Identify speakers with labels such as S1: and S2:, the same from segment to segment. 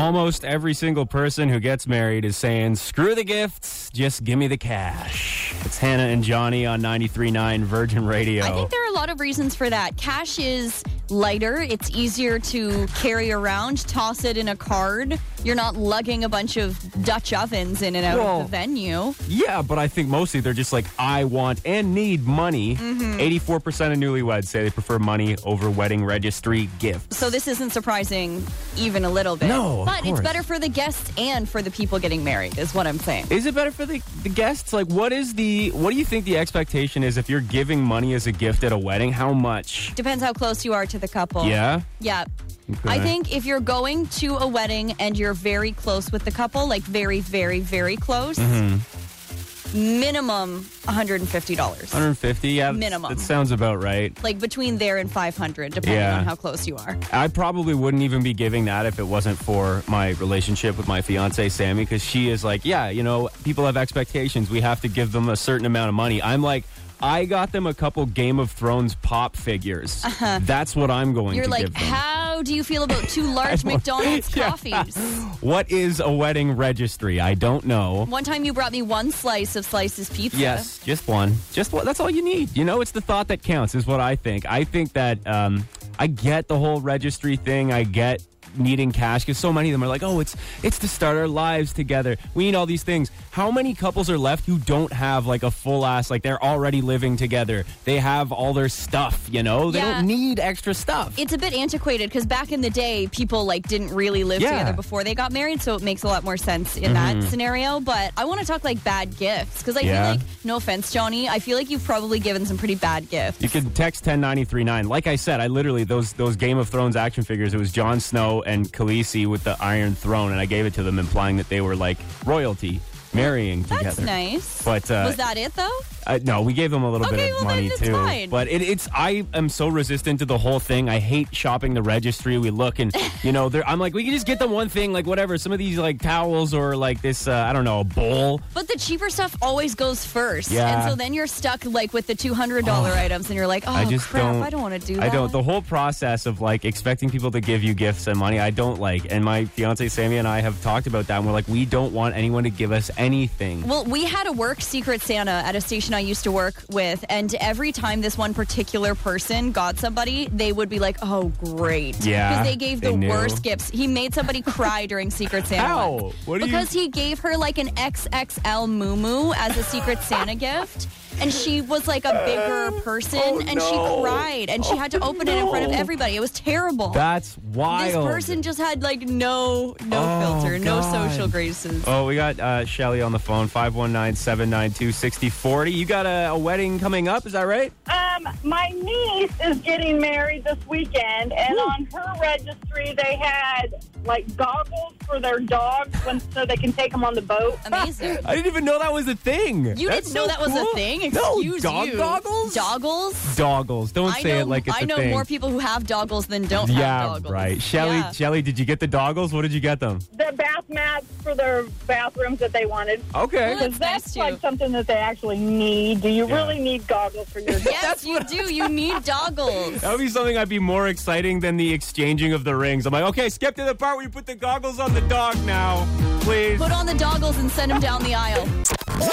S1: almost every single person who gets married is saying, screw the gifts, just give me the cash. It's Hannah and Johnny on 93.9 Virgin Radio.
S2: I think there are a lot of reasons for that. Cash is lighter, it's easier to carry around, toss it in a card. You're not lugging a bunch of Dutch ovens in and out
S1: Well-
S2: of the venue.
S1: yeah, but I think mostly they're just like, I want and need money.
S2: Mm-hmm.
S1: 84% of newlyweds say they prefer money over wedding registry gifts.
S2: So this isn't surprising even a little bit.
S1: No, of
S2: But
S1: course.
S2: it's better for the guests and for the people getting married, is what I'm saying.
S1: Is it better for the, the guests? Like, what is the, what do you think the expectation is if you're giving money as a gift at a wedding? How much?
S2: Depends how close you are to the couple.
S1: Yeah?
S2: Yeah.
S1: Okay.
S2: I think if you're going to a wedding and you're very close with the couple, like very, very, very close,
S1: Mm-hmm.
S2: minimum $150.
S1: 150? Yeah. that's-
S2: Minimum.
S1: That sounds about right.
S2: Like between there and 500, depending
S1: Yeah.
S2: on how close you are.
S1: I probably wouldn't even be giving that if it wasn't for my relationship with my fiance Sammy because she is like, yeah, you know, people have expectations. We have to give them a certain amount of money. I'm like, I got them a couple Game of Thrones pop figures. That's what I'm going
S2: Uh-huh. You're
S1: to
S2: like,
S1: give them.
S2: how do you feel about two large McDonald's coffees?
S1: what is a wedding registry? I don't know.
S2: One time you brought me one slice of Slices Pizza.
S1: Yes, just one. Just one. That's all you need. You know, it's the thought that counts, is what I think. I think that um, I get the whole registry thing. I get needing cash because so many of them are like, oh, it's it's to start our lives together. We need all these things. How many couples are left who don't have like a full ass? Like they're already living together. They have all their stuff. You know, they
S2: Yeah.
S1: don't need extra stuff.
S2: It's a bit antiquated because back in the day, people like didn't really live
S1: Yeah. Mm-hmm.
S2: together before they got married, so it makes a lot more sense in that scenario. But I want to talk like bad gifts because I
S1: Yeah.
S2: feel like, no offense, Johnny, I feel like you've probably given some pretty bad gifts.
S1: You can text ten ninety three nine. Like I said, I literally those those Game of Thrones action figures. It was Jon Snow and Khaleesi with the Iron Throne, and I gave it to them, implying that they were like royalty marrying together.
S2: That's nice.
S1: But uh,
S2: was that it though?
S1: uh, no, we gave them a little
S2: Okay,
S1: bit of
S2: well, then
S1: money
S2: it's
S1: too.
S2: fine.
S1: But it, it's I am so resistant to the whole thing. I hate shopping the registry. We look and you know, they're- I'm like, we can just get them one thing, like whatever. Some of these like towels or like this, uh, I don't know, a bowl.
S2: But the cheaper stuff always goes first,
S1: Yeah.
S2: and so then you're stuck like with the two hundred dollar items, and you're like, oh
S1: I just
S2: crap,
S1: don't.
S2: I don't want to do that.
S1: I don't. The whole process of like expecting people to give you gifts and money, I don't like. And my fiance Sammy and I have talked about that. And we're like, we don't want anyone to give us anything.
S2: Well, we had a work secret Santa at a station I used to work with, and every time this one particular person got somebody, they would be like, "Oh, great!"
S1: Yeah,
S2: because they gave
S1: they
S2: the
S1: knew.
S2: worst gifts. He made somebody cry during Secret Santa.
S1: How?
S2: once.
S1: What do you-
S2: because he gave her like an XXL muumuu as a Secret Santa gift. And she was like a bigger person, and she cried, and she had to open it in front of
S1: Oh, no.
S2: everybody. It was terrible.
S1: That's
S2: this
S1: wild.
S2: person just had like no, no
S1: Oh,
S2: filter, no
S1: God.
S2: social graces.
S1: Oh, we got uh, Shelly on the phone, 519 792 6040. You got a, a wedding coming up, is that right?
S3: Um, my niece is getting married this weekend, and on her registry, they had like goggles for their dogs when, so they can take them on the boat.
S2: Amazing.
S1: I didn't even know that was a thing.
S2: You didn't know that was a thing?
S1: no,
S2: Excuse
S1: dog
S2: you.
S1: goggles?
S2: Doggles?
S1: Doggles. Don't
S2: I
S1: say
S2: know,
S1: it like it's
S2: I
S1: a
S2: know
S1: thing.
S2: more people who have doggles than don't
S1: yeah,
S2: have doggles.
S1: right. Shelly,
S2: Yeah.
S1: Shelly, did you get the doggles? What did you get them?
S3: The bath mats for their bathrooms that they wanted.
S1: Okay.
S2: Well, That's nice,
S3: Because that's like
S2: too.
S3: something that they actually need. Do you
S1: Yeah.
S3: really need goggles for your dog?
S2: Yes, you do. You need doggles.
S1: That would be something I'd be more exciting than the exchanging of the rings. I'm like, okay, skip to the part where you put the goggles on the dog now, please.
S2: Put on the doggles and send them down the aisle.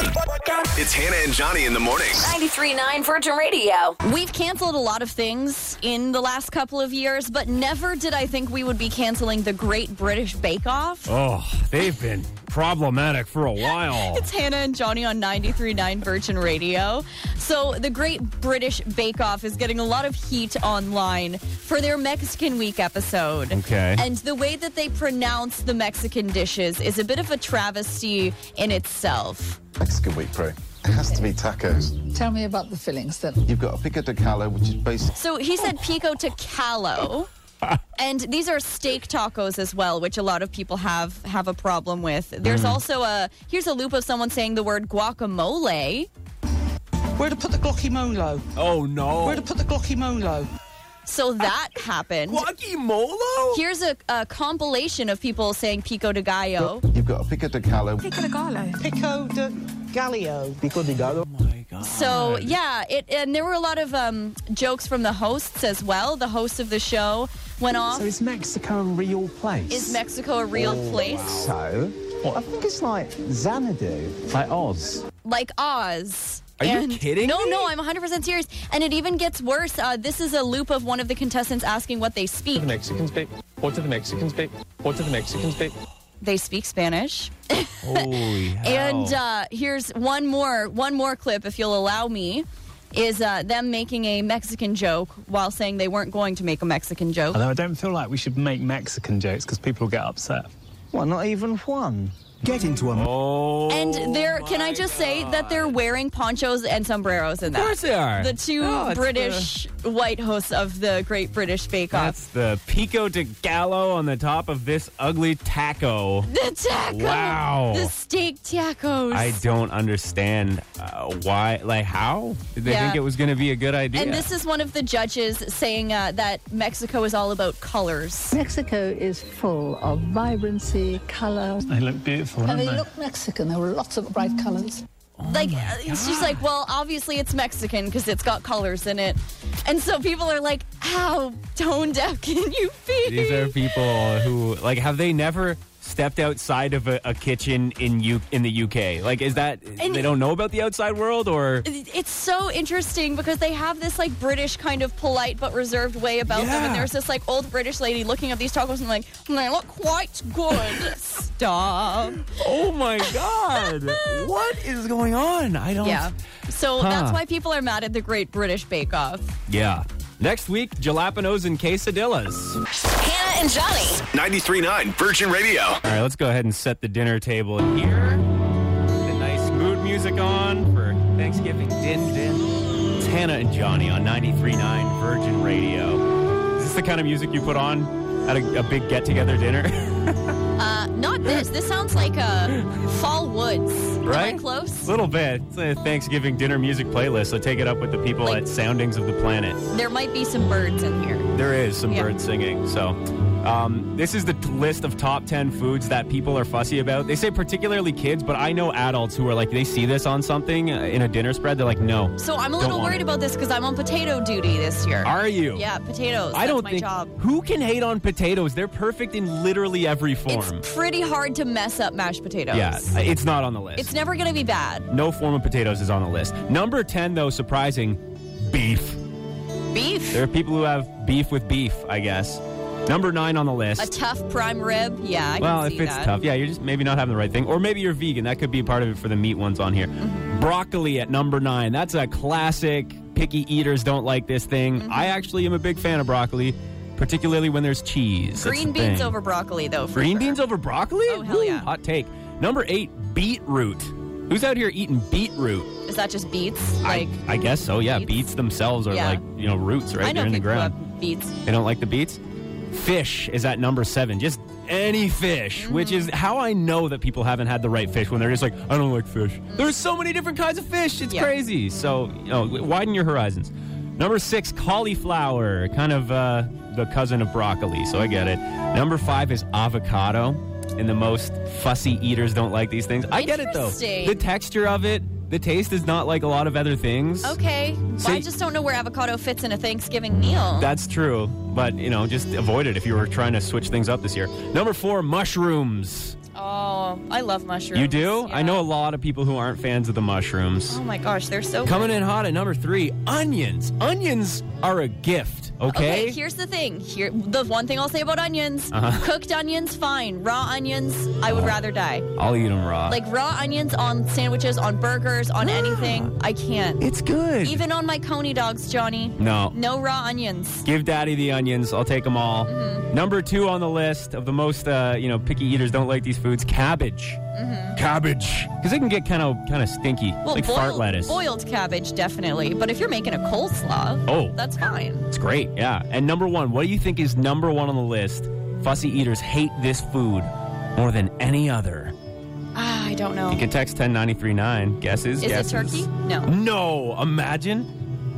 S4: It's Hannah and Johnny in the morning.
S5: 93.9 Virgin Radio.
S2: We've canceled a lot of things in the last couple of years, but never did I think we would be canceling the Great British Bake Off.
S1: Oh, they've been problematic for a while.
S2: It's Hannah and Johnny on 93.9 Virgin Radio. So, the Great British Bake Off is getting a lot of heat online for their Mexican Week episode.
S1: Okay.
S2: And the way that they pronounce the Mexican dishes is a bit of a travesty in itself.
S6: Mexican wheat pro. It has to be tacos.
S7: Tell me about the fillings then.
S6: You've got a pico de callo, which is basically
S2: So, he said pico to calo. And these are steak tacos as well, which a lot of people have have a problem with. There's also a here's a loop of someone saying the word guacamole.
S8: Where to put the Glocky Molo?
S1: Oh, no.
S8: Where to put the Glocky Molo?
S2: So that happened.
S1: Guacamole?
S2: Here's a, a compilation of people saying pico de gallo.
S6: you've got a pico de callo.
S8: Pico de Gallio.
S1: Oh, my God. God.
S2: So yeah, it and there were a lot of um, jokes from the hosts as well. The host of the show went off.
S7: So is Mexico a real place? Oh,
S2: Is Mexico a real place
S7: So? I think it's like Xanadu, like Oz.
S2: like Oz?
S1: Are you
S2: And-
S1: kidding
S2: No,
S1: me?
S2: no, I'm 100% serious. And it even gets worse. Uh, this is a loop of one of the contestants asking what they speak.
S9: Mexicans be? What do the Mexicans be? What do the Mexicans be?
S2: They speak Spanish.
S1: Holy hell.
S2: And uh, here's one more one more clip, if you'll allow me, is uh, them making a Mexican joke while saying they weren't going to make a Mexican joke.
S1: Oh
S10: I don't feel like we should make Mexican jokes because people will get upset.
S7: Well, not even one. Get into a
S1: oh.
S2: And they're can I just say that they're wearing ponchos and sombreros in that?
S1: Of course Oh, they are.
S2: Oh, The two
S1: No, it's
S2: British white hosts of the Great British Bake
S1: That's
S2: Off.
S1: the pico de gallo on the top of this ugly taco.
S2: The taco.
S1: Wow.
S2: The steak tacos.
S1: I don't understand uh, why, like, how did they
S2: Yeah.
S1: think it was going to be a good idea?
S2: and this is one of the judges saying uh, that Mexico is all about colors.
S11: Mexico is full of vibrancy, color.
S10: They look beautiful, don't
S11: And they
S10: they?
S11: look Mexican. There were lots of bright colors.
S1: Oh
S2: like uh, she's like, well, obviously it's Mexican because it's got colors in it, and so people are like, how tone deaf can you be?
S1: These are people who, like, have they never stepped outside of a, a kitchen in U- in the UK? Like, is that
S2: And-
S1: they don't know about the outside world or?
S2: it's so interesting because they have this like British kind of polite but reserved way about them.
S1: Yeah.
S2: And there's this like old British lady looking at these tacos and like, "Mm, they look quite good. Stop.
S1: Oh my god! what is going on? I don't.
S2: Yeah. So that's
S1: Huh.
S2: why people are mad at the Great British Bake Off.
S1: Yeah. Next week, jalapenos and quesadillas.
S5: Hannah and Johnny.
S4: 93.9 Virgin Radio.
S1: All right, let's go ahead and set the dinner table here. The nice mood music on for Thanksgiving din din. It's Hannah and Johnny on 93.9 Virgin Radio. Is this the kind of music you put on at a, a big get together dinner?
S2: Uh, not this. This sounds like a fall woods.
S1: right?
S2: Am I close?
S1: A little bit. It's a Thanksgiving dinner music playlist, so take it up with the people
S2: Like-
S1: at Soundings of the Planet.
S2: There might be some birds in here.
S1: There is some
S2: Yeah.
S1: bird singing. So, um, this is the t- list of top 10 foods that people are fussy about. They say particularly kids, but I know adults who are like, they see this on something uh, in a dinner spread. They're like, no.
S2: So I'm a
S1: Don't
S2: little
S1: want
S2: worried
S1: it.
S2: about this because I'm on potato duty this year.
S1: Are you?
S2: yeah, potatoes.
S1: I
S2: That's
S1: don't
S2: my
S1: think.
S2: job.
S1: Who can hate on potatoes? They're perfect in literally every form.
S2: It's pretty hard to mess up mashed potatoes.
S1: yeah, it's not on the list.
S2: It's never going to be bad.
S1: no form of potatoes is on the list. Number 10, though, surprising beef.
S2: Beef,
S1: There are people who have beef with beef, I guess. Number nine on the list.
S2: a tough prime rib. Yeah, I
S1: Well,
S2: can see
S1: if it's
S2: that.
S1: tough, yeah, you're just maybe not having the right thing, or maybe you're vegan. That could be part of it for the meat ones on here.
S2: Mm-hmm.
S1: Broccoli at number nine. That's a classic. Picky eaters don't like this thing.
S2: Mm-hmm.
S1: I actually am a big fan of broccoli, particularly when there's cheese. That's
S2: Green
S1: the
S2: beans
S1: thing.
S2: over broccoli, though. for
S1: green
S2: sure.
S1: beans over broccoli.
S2: Oh, hell
S1: Ooh,
S2: yeah.
S1: Hot take. Number eight, beetroot. Who's out here eating beetroot?
S2: Is that just beets? Like
S1: I, I guess so. Yeah,
S2: beets?
S1: beets, themselves are
S2: Yeah.
S1: like you know roots right
S2: I know
S1: there in the
S2: people
S1: ground.
S2: love beets.
S1: They don't like the beets. Fish is at number seven. Just any fish, which is how I know that people haven't had the right fish when they're just like, I don't like fish. There's so many different kinds of fish. It's
S2: Yeah.
S1: crazy. So, you know, widen your horizons. Number six, cauliflower, kind of uh, the cousin of broccoli. So I get it. Number five is avocado. And the most fussy eaters don't like these things. I get it though.
S2: Interesting.
S1: The texture of it, the taste is not like a lot of other things.
S2: Okay, well,
S1: So-
S2: I just don't know where avocado fits in a Thanksgiving meal.
S1: That's true, but you know, just avoid it if you were trying to switch things up this year. Number four, mushrooms.
S2: oh, I love mushrooms.
S1: You do?
S2: Yeah.
S1: I know a lot of people who aren't fans of the mushrooms.
S2: Oh my gosh, they're so.
S1: Coming in hot at number three, onions. Onions are a gift, okay? Uh-huh.
S2: Okay, here's the thing. Here, the one thing I'll say about onions: cooked onions, fine. Raw onions, I would rather die.
S1: I'll eat them raw.
S2: Like raw onions on sandwiches, on burgers, on anything, I can't.
S1: it's good.
S2: Even on my coney dogs, Johnny.
S1: no.
S2: No raw onions.
S1: Give daddy the onions. I'll take them all.
S2: Mm-hmm.
S1: Number two on the list of the most, uh, you know, picky eaters don't like these foods: cabbage. Cabbage, because it can get kind of kind of stinky,
S2: Mm-hmm. Well,
S1: like
S2: boiled,
S1: fart lettuce.
S2: boiled cabbage, definitely. But if you're making a coleslaw,
S1: Oh.
S2: that's fine.
S1: It's great, yeah. And number one, what do you think is number one on the list? Fussy eaters hate this food more than any other.
S2: Ah, I don't know.
S1: You can text 10939. Guesses?
S2: Is it
S1: guesses.
S2: turkey? No.
S1: No, imagine.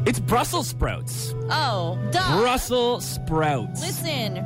S1: It's Brussels sprouts.
S2: Oh, duh.
S1: Brussels sprouts.
S2: Listen,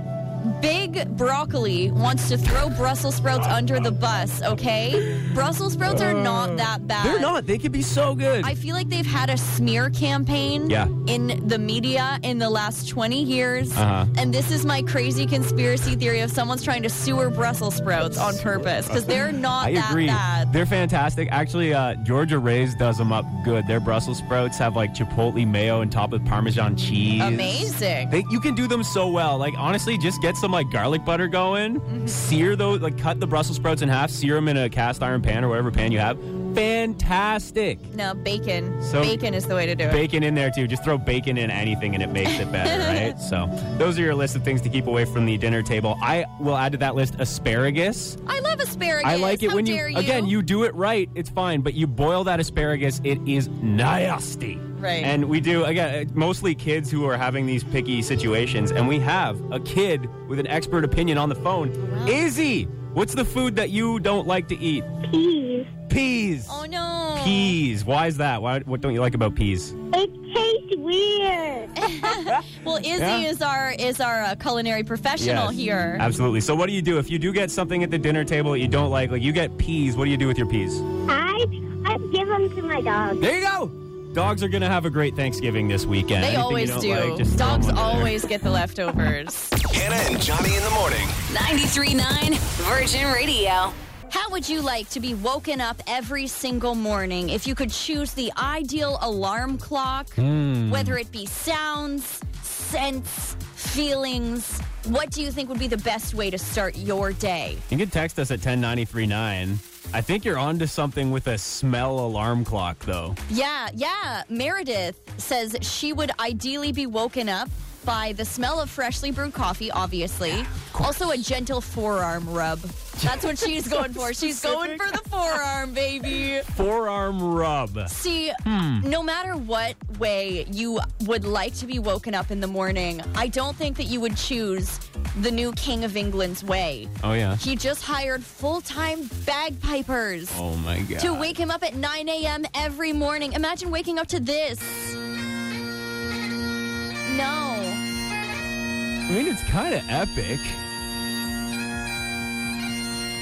S2: Big Broccoli wants to throw Brussels sprouts under the bus, okay? Brussels sprouts are not that bad.
S1: Uh, They're not. They could be so good.
S2: uh, I feel like they've had a smear campaign
S1: Yeah.
S2: in the media in the last 20 years.
S1: Uh-huh.
S2: And this is my crazy conspiracy theory of someone's trying to sewer Brussels sprouts on purpose because they're not
S1: I
S2: that
S1: agree.
S2: bad.
S1: They're fantastic. Actually, uh, Georgia Ray's does them up good. Their Brussels sprouts have like chipotle mayo and top with Parmesan cheese.
S2: Amazing.
S1: They, you can do them so well. Like honestly, just get some like garlic butter going, sear those, like cut the Brussels sprouts in half, sear them in a cast iron pan or whatever pan you have. Fantastic.
S2: no, bacon.
S1: So-
S2: bacon is the way to do it.
S1: Bacon in there too. Just throw bacon in anything and it makes it better, right? So those are your list of things to keep away from the dinner table. I will add to that list asparagus.
S2: I love asparagus.
S1: I like it
S2: How
S1: when
S2: dare you.
S1: again you do it right, it's fine. But you boil that asparagus, it is nasty.
S2: Right.
S1: And we do again uh, mostly kids who are having these picky situations, and we have a kid with an expert opinion on the phone.
S2: Oh,
S1: Izzy, what's the food that you don't like to eat?
S3: Peas.
S1: Peas.
S2: Oh no.
S1: Peas. Why is that? Why, what don't you like about peas?
S3: It tastes weird.
S2: Well, Izzy
S1: Yeah.
S2: is our is our uh, culinary
S1: Yes.
S2: professional here.
S1: Absolutely. So what do you do if you do get something at the dinner table that you don't like? Like you get peas. What do you do with your peas?
S3: I I give them to my dog.
S1: There you go. Dogs are gonna have a great Thanksgiving this weekend.
S2: they
S1: Anything you
S2: always
S1: don't
S2: do.
S1: like, just throw
S2: Dogs
S1: them under there.
S2: always get the leftovers.
S4: Hannah and Johnny in the morning.
S5: 939 Virgin Radio.
S2: How would you like to be woken up every single morning if you could choose the ideal alarm clock? Whether it be sounds, scents, feelings, what do you think would be the best way to start your day?
S1: You can text us at 1093.9. I think you're onto something with a smell alarm clock, though.
S2: Yeah, yeah. Meredith says she would ideally be woken up by the smell of freshly brewed coffee, obviously. also, a gentle forearm rub. That's what she's going for. She's going for the forearm, baby.
S1: Forearm rub.
S2: See,
S1: Hmm.
S2: no matter what way you would like to be woken up in the morning, I don't think that you would choose the new King of England's way.
S1: Oh, yeah.
S2: He just hired full time bagpipers
S1: Oh, my God.
S2: to wake him up at 9 a.m. every morning. Imagine waking up to this. No.
S1: I mean, it's kind of epic.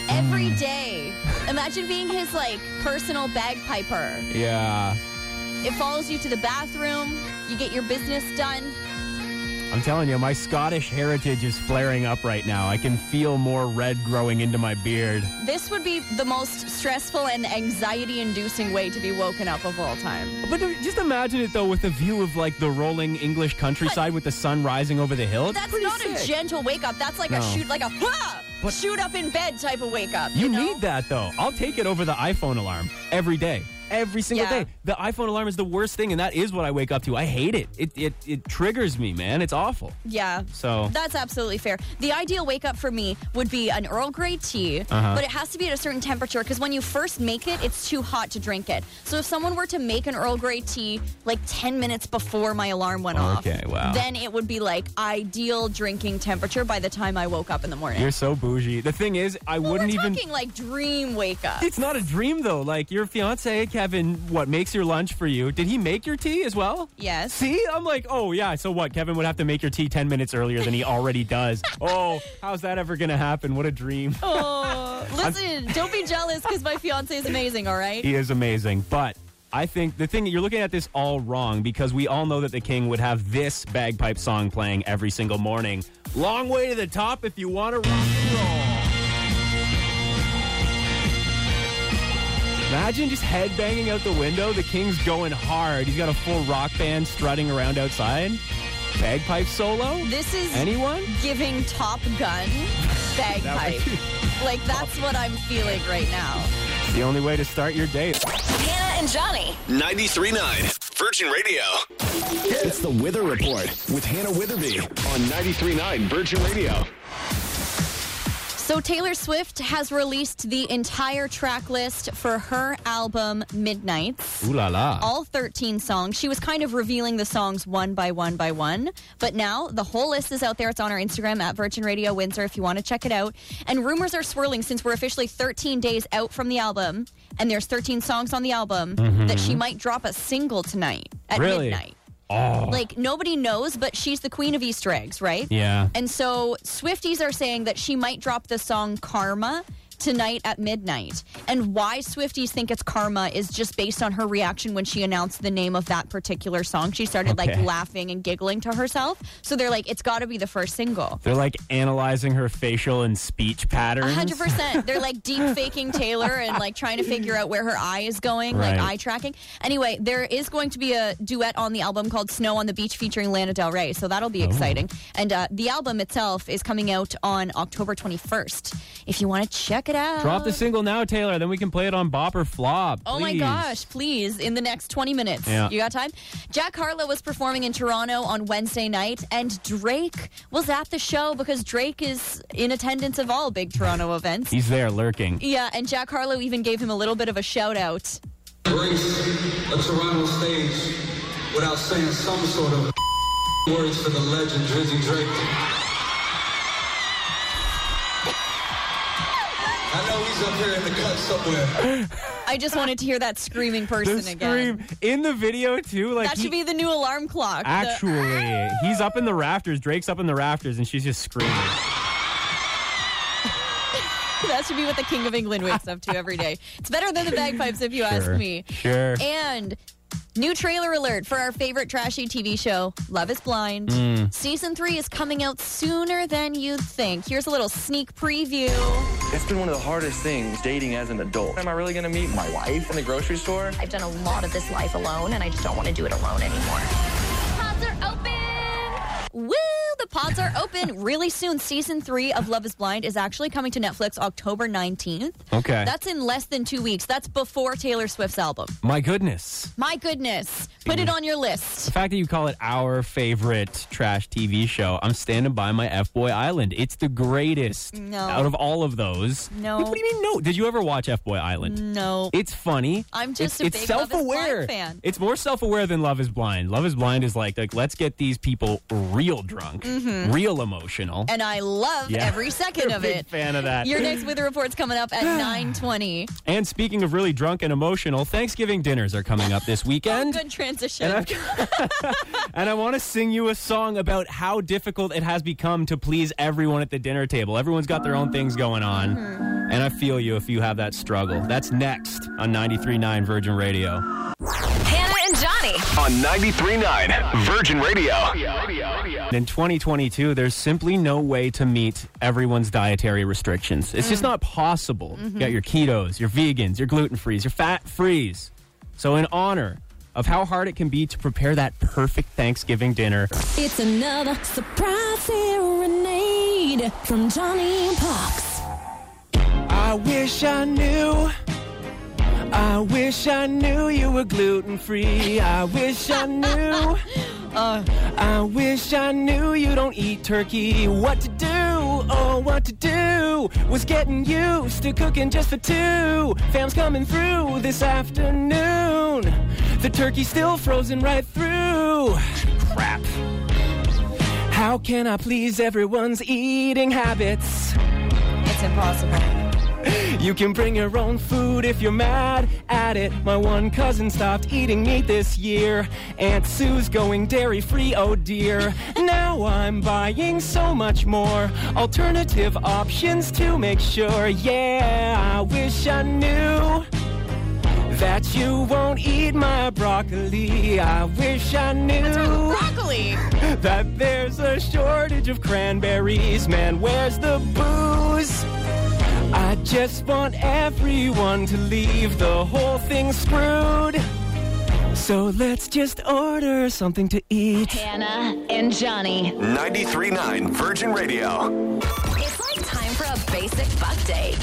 S2: Every day. Imagine being his, like, personal bagpiper.
S1: Yeah.
S2: It follows you to the bathroom, you get your business done.
S1: I'm telling you, my Scottish heritage is flaring up right now. I can feel more red growing into my beard.
S2: This would be the most stressful and anxiety inducing way to be woken up of all time.
S1: But just imagine it, though, with a view of like the rolling English countryside with the sun rising over the hill. It's
S2: That's
S1: pretty
S2: not a
S1: sick.
S2: gentle wake up. That's like a
S1: No.
S2: shoot, like a "Wah!"
S1: But-
S2: shoot up in bed type of wake up.
S1: You,
S2: know?
S1: need that though. I'll take it over the iPhone alarm every day. Every single
S2: Yeah.
S1: day. The iPhone alarm is the worst thing, and that is what I wake up to. I hate it. It it, it triggers me, man. It's awful.
S2: Yeah.
S1: So-
S2: that's absolutely fair. The ideal wake up for me would be an Earl Grey tea,
S1: Uh-huh.
S2: but it has to be at a certain temperature because when you first make it, it's too hot to drink it. So if someone were to make an Earl Grey tea like 10 minutes before my alarm went off,
S1: Okay, wow.
S2: then it would be like ideal drinking temperature by the time I woke up in the morning.
S1: You're so bougie. The thing is, I
S2: Well,
S1: wouldn't
S2: we're
S1: even.
S2: talking like dream wake up.
S1: It's not a dream though. Like your fiance Kevin, what makes your lunch for you? Did he make your tea as well?
S2: Yes.
S1: See, I'm like, oh yeah. So what? Kevin would have to make your tea ten minutes earlier than he already does. oh, how's that ever gonna happen? What a dream.
S2: Oh, listen, don't be jealous because my fiance is amazing. All right.
S1: He is amazing, but I think the thing you're looking at this all wrong because we all know that the king would have this bagpipe song playing every single morning. Long way to the top if you want to rock and roll. Imagine just headbanging out the window. The king's going hard. He's got a full rock band strutting around outside. Bagpipe solo.
S2: This is
S1: Anyone?
S2: giving Top Gun bagpipe. like that's what I'm feeling right now.
S1: It's the only way to start your day.
S5: Hannah and Johnny.
S4: 93.9 Virgin Radio. It's the Wither Report with Hannah Witherby on 93.9 Virgin Radio.
S2: So Taylor Swift has released the entire track list for her album Midnights.
S1: Ooh la la.
S2: all 13 songs. She was kind of revealing the songs one by one by one. But now the whole list is out there. It's on our Instagram at Virgin Radio Windsor if you want to check it out. And rumors are swirling since we're officially 13 days out from the album and there's 13 songs on the album that she might drop a single tonight at
S1: Mm-hmm. really?
S2: midnight.
S1: Oh.
S2: Like nobody knows, but she's the queen of Easter eggs, right?
S1: Yeah.
S2: And so Swifties are saying that she might drop the song Karma tonight at midnight. And why Swifties think it's Karma is just based on her reaction when she announced the name of that particular song. She started
S1: Okay.
S2: like laughing and giggling to herself. So they're like, it's got to be the first single.
S1: They're like analyzing her facial and speech patterns.
S2: hundred percent. They're like deep faking Taylor and like trying to figure out where her eye is going, like
S1: Right.
S2: eye tracking. Anyway, there is going to be a duet on the album called "Snow on the Beach" featuring Lana Del Rey, so that'll be
S1: Oh.
S2: exciting. And uh, the album itself is coming out on October twenty first. If you want to check it out,
S1: Drop the single now, Taylor. Then we can play it on Bop or Flop.
S2: Oh my
S1: please.
S2: gosh, please, in the next 20 minutes.
S1: Yeah.
S2: You got time? Jack Harlow was performing in Toronto on Wednesday night, and Drake was at the show because Drake is in attendance of all big Toronto events.
S1: He's there lurking.
S2: Yeah, and Jack Harlow even gave him a little bit of a shout out.
S12: grace a Toronto stage without saying some sort of words for the legend Drizzy Drake. I know he's up here in the cut somewhere.
S2: I just wanted to hear that screaming person
S1: The
S2: again.
S1: scream in the video too. Like
S2: that
S1: he-
S2: should be the new alarm clock. The-
S1: actually, he's up in the rafters. Drake's up in the rafters, and she's just screaming.
S2: that should be what the King of England wakes up to every day. It's better than the bagpipes, if you ask
S1: Sure.
S2: me.
S1: Sure.
S2: And new trailer alert for our favorite trashy TV show, Love is Blind.
S1: Mm.
S2: Season three is coming out sooner than you'd think. Here's a little sneak preview.
S13: It's been one of the hardest things dating as an adult. Am I really gonna meet my wife in the grocery store?
S14: I've done a lot of this life alone, and I just don't want to do it alone anymore.
S2: Pods are open! Woo! The pods are open really soon. Season three of Love is Blind is actually coming to Netflix October 19th.
S1: Okay.
S2: That's in less than two weeks. That's before Taylor Swift's album.
S1: My goodness.
S2: My goodness. Put it on your list.
S1: The fact that you call it our favorite trash TV show, I'm standing by my F Boy Island. It's the greatest
S2: No.
S1: out of all of those.
S2: No.
S1: What do you mean? No. Did you ever watch F Boy Island?
S2: No.
S1: It's funny.
S2: I'm
S1: it's,
S2: just a
S1: it's
S2: big Love is Blind
S1: self-aware.
S2: fan.
S1: It's more self-aware than Love Is Blind. Love Is Blind is like, like let's get these people real drunk,
S2: Mhm.
S1: real emotional.
S2: And I love
S1: Yeah.
S2: every second
S1: You're a
S2: of
S1: big
S2: it.
S1: fan of that.
S2: Your next weather report's coming up at 920.
S1: And speaking of really drunk and emotional, Thanksgiving dinners are coming up this weekend.
S2: Good transition.
S1: And and I want to sing you a song about how difficult it has become to please everyone at the dinner table. Everyone's got their own things going on.
S2: Mm-hmm.
S1: And I feel you if you have that struggle. That's next on 93.9 Virgin Radio.
S5: Hannah and Johnny.
S4: On 93.9 Virgin Radio.
S1: And in 2022, there's simply no way to meet everyone's dietary restrictions. It's just
S4: Mm.
S1: not possible.
S4: Mhm.
S1: You got your ketos, your vegans, your gluten frees, your fat frees. So, in honor of how hard it can be to prepare that perfect Thanksgiving dinner,
S15: It's another surprise serenade from Johnny Parks.
S16: I wish I knew. I wish I knew you were gluten free. I wish I knew. I wish I knew you don't eat turkey. What to do? Oh, what to do? Was getting used to cooking just for two. Fam's coming through this afternoon. The turkey's still frozen right through. Crap. How can I please everyone's eating habits?
S2: It's impossible.
S16: You can bring your own food if you're mad at it. My one cousin stopped eating meat this year. Aunt Sue's going dairy free, oh dear. now I'm buying so much more alternative options to make sure. Yeah, I wish I knew that you won't eat my broccoli. I wish I knew
S2: broccoli
S16: that there's a shortage of cranberries. Man, where's the booze? I just want everyone to leave the whole thing screwed. So let's just order something to eat.
S5: Hannah and Johnny.
S4: 93.9 Virgin Radio.
S5: It's like time for a basic buck date.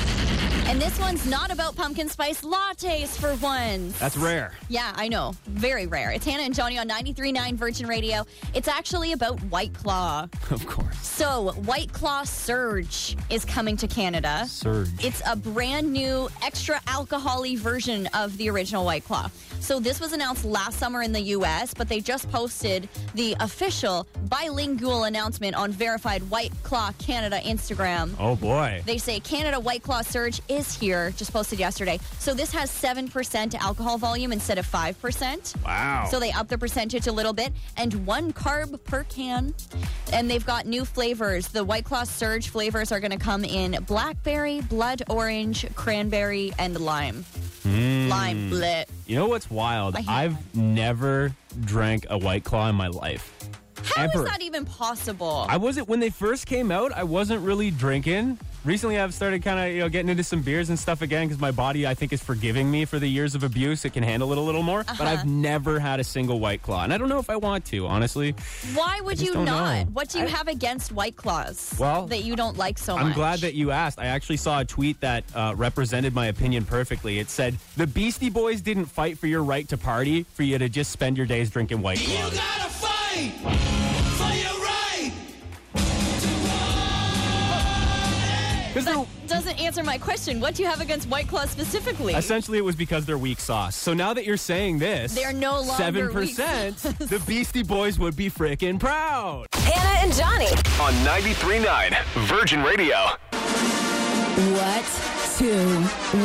S2: And this one's not about pumpkin spice lattes for once.
S1: that's rare.
S2: Yeah, I know. Very rare. It's Hannah and Johnny on 93.9 Virgin Radio. It's actually about White Claw.
S1: Of course.
S2: So, White Claw Surge is coming to Canada.
S1: Surge.
S2: It's a brand new extra alcohol-y version of the original White Claw. So this was announced last summer in the US, but they just posted the official bilingual announcement on verified White Claw Canada Instagram.
S1: Oh boy.
S2: They say Canada White Claw Surge is is here, just posted yesterday. So this has 7% alcohol volume instead of 5%.
S1: Wow.
S2: So they up the percentage a little bit and one carb per can. And they've got new flavors. The White Claw Surge flavors are going to come in blackberry, blood orange, cranberry, and lime.
S1: Mm.
S2: Lime blit.
S1: You know what's wild?
S2: I hate
S1: I've never drank a White Claw in my life.
S2: How is
S1: Ever.
S2: that even possible?
S1: I wasn't when they first came out. I wasn't really drinking. Recently, I've started kind of you know getting into some beers and stuff again because my body, I think, is forgiving me for the years of abuse. It can handle it a little more. But
S2: Uh-huh.
S1: I've never had a single White Claw, and I don't know if I want to, honestly.
S2: Why would
S1: just
S2: you
S1: don't
S2: not?
S1: know.
S2: What do you have against White Claws
S1: Well,
S2: that you don't like so
S1: I'm
S2: much?
S1: glad that you asked. I actually saw a tweet that uh, represented my opinion perfectly. It said, "The Beastie Boys didn't fight for your right to party, for you to just spend your days drinking White Claws."
S16: gotta fight for your right.
S2: That doesn't answer my question. What do you have against White Claws specifically?
S1: Essentially, it was because they're weak sauce. So now that you're saying this,
S2: They're no longer
S1: seven
S2: weak
S1: percent. The Beastie Boys would be freaking proud.
S5: Hannah and Johnny.
S4: On 93.9 Virgin Radio.
S15: What to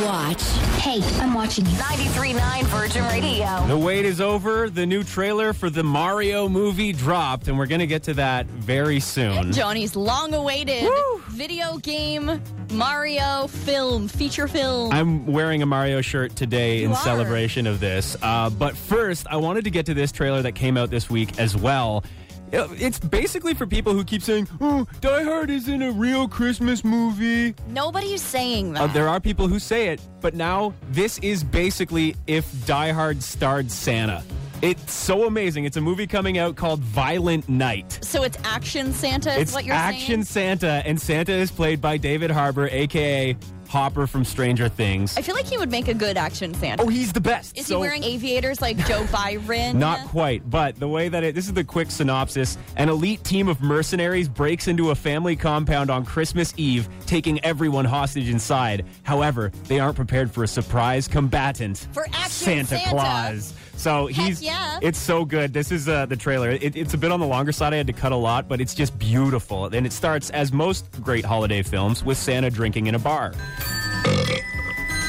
S15: watch? Hey, I'm watching you.
S5: 93.9 Virgin Radio.
S1: The wait is over. The new trailer for the Mario movie dropped, and we're gonna get to that very soon.
S2: Johnny's long awaited video game Mario film, feature film.
S1: I'm wearing a Mario shirt today in
S2: You are.
S1: celebration of this. Uh, but first, I wanted to get to this trailer that came out this week as well. It- It's basically for people who keep saying, "Oh, Die Hard isn't a real Christmas movie."
S2: Nobody's saying that.
S1: Uh, there are people who say it, but now this is basically if Die Hard starred Santa. It's so amazing. It's a movie coming out called Violent Night.
S2: so it's action Santa is
S1: it's
S2: what you're
S1: Action
S2: saying?
S1: Santa, and Santa is played by David Harbour, aka Hopper from Stranger Things.
S2: I feel like he would make a good action Santa.
S1: Oh, he's the best.
S2: Is
S1: So-
S2: he wearing aviators like Joe Byron?
S1: Not quite, but the way that it, this is the quick synopsis. An elite team of mercenaries breaks into a family compound on Christmas Eve, taking everyone hostage inside. However, they aren't prepared for a surprise combatant.
S2: For Action
S1: Santa,
S2: Santa.
S1: Claus. So he's,
S2: yeah.
S1: it's so good. This is uh, the trailer. It, it's a bit on the longer side. I had to cut a lot, but it's just beautiful. And it starts, as most great holiday films, with Santa drinking in a bar.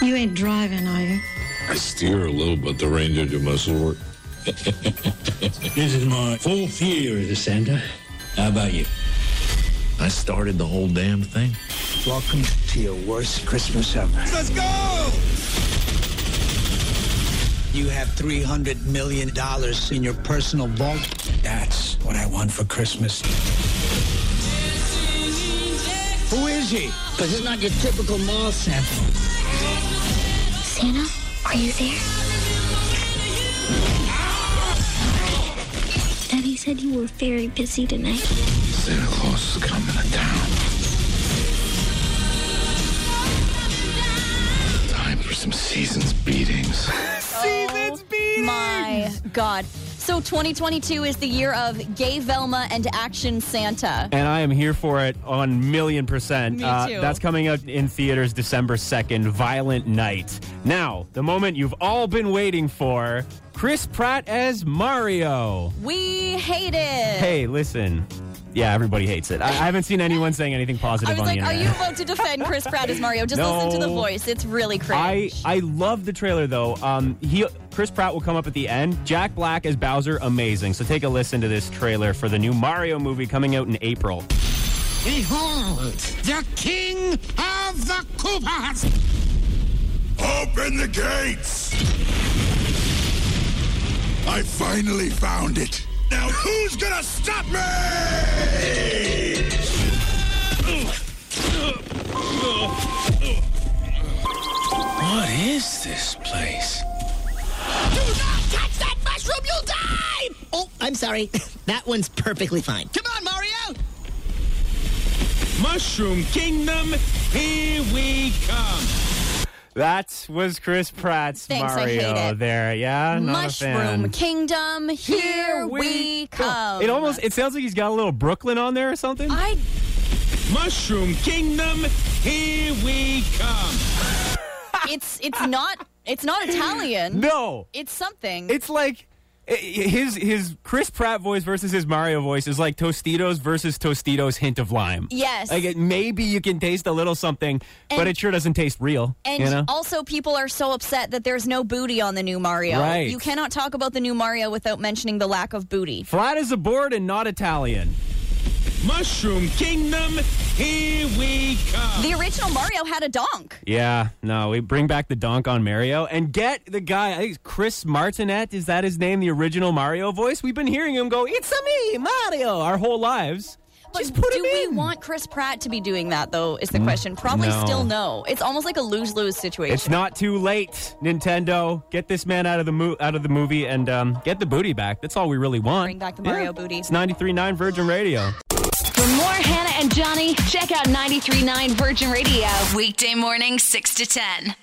S17: You ain't driving, are you?
S18: I steer a little, but the reindeer do most of the work.
S19: This is my fourth year as a Santa. How about you?
S18: I started the whole damn thing.
S19: Welcome to your worst Christmas ever.
S16: Let's go.
S19: You have $300 million in your personal vault. That's what I want for Christmas. Who is he? Because it's not your typical mall Santa.
S17: Santa, are you there? Daddy said you were very busy tonight.
S18: Santa Claus is coming to town. Time for some seasons beatings.
S2: Seasons My God. So 2022 is the year of Gay Velma and Action Santa.
S1: and I am here for it on million percent. Uh,
S2: Me too.
S1: that's coming out in theaters December 2nd, Violent Night. Now, the moment you've all been waiting for Chris Pratt as Mario.
S2: We hate it.
S1: Hey, listen. Yeah, everybody hates it. I, I haven't seen anyone saying anything
S2: I
S1: positive
S2: was
S1: on
S2: like,
S1: the
S2: are
S1: internet.
S2: you about to defend Chris Pratt as Mario? Just
S1: No.
S2: listen to the voice. It's really crazy.
S1: I, I love the trailer though. Um, he Chris Pratt will come up at the end. Jack Black as Bowser, amazing. So take a listen to this trailer for the new Mario movie coming out in April.
S16: Behold, the king of the Koopas! Open the gates!
S18: I finally found it.
S16: Now who's gonna stop me?
S18: What is this place?
S16: Do not touch that mushroom, you'll die!
S20: Oh, I'm sorry. that one's perfectly fine.
S16: Come on, Mario! Mushroom Kingdom, here we come!
S1: That was Chris Pratt's
S2: Thanks, I hate
S1: Mario
S2: it.
S1: there. Yeah, not a fan.
S2: Mushroom Kingdom, here we come.
S1: It almost it sounds like he's got a little Brooklyn on there or something.
S2: I
S16: Mushroom Kingdom, here we come!
S2: it's it's not it's not Italian.
S1: No.
S2: It's something.
S1: It's like eh, his his Chris Pratt voice versus his Mario voice is like Tostitos versus Tostitos hint of lime.
S2: Yes.
S1: Like it, maybe you can taste a little something, but
S2: And-
S1: it sure doesn't taste real.
S2: And
S1: you know?
S2: also, people are so upset that there's no booty on the new Mario.
S1: Right.
S2: You cannot talk about the new Mario without mentioning the lack of booty.
S1: Flat as a board and not Italian.
S16: Mushroom Kingdom, here we come.
S2: The original Mario had a donk.
S1: Yeah, no, we bring back the donk on Mario and get the guy. I think it's Chris Martinet is that his name? The original Mario voice. We've been hearing him go, "It's a me, Mario," our whole lives.
S2: Just put Do we want Chris Pratt to be doing that, though, is the question. Probably
S1: Mm, no.
S2: still no. It's almost like a lose lose situation.
S1: It's not too late, Nintendo. Get this man out of the mo- out of the movie and um, get the booty back. That's all we really want.
S2: Bring back the Mario booty.
S1: It's 93.9 Virgin Radio.
S5: For more Hannah and Johnny, check out 93.9 Virgin Radio.
S15: Weekday morning, 6 to 10.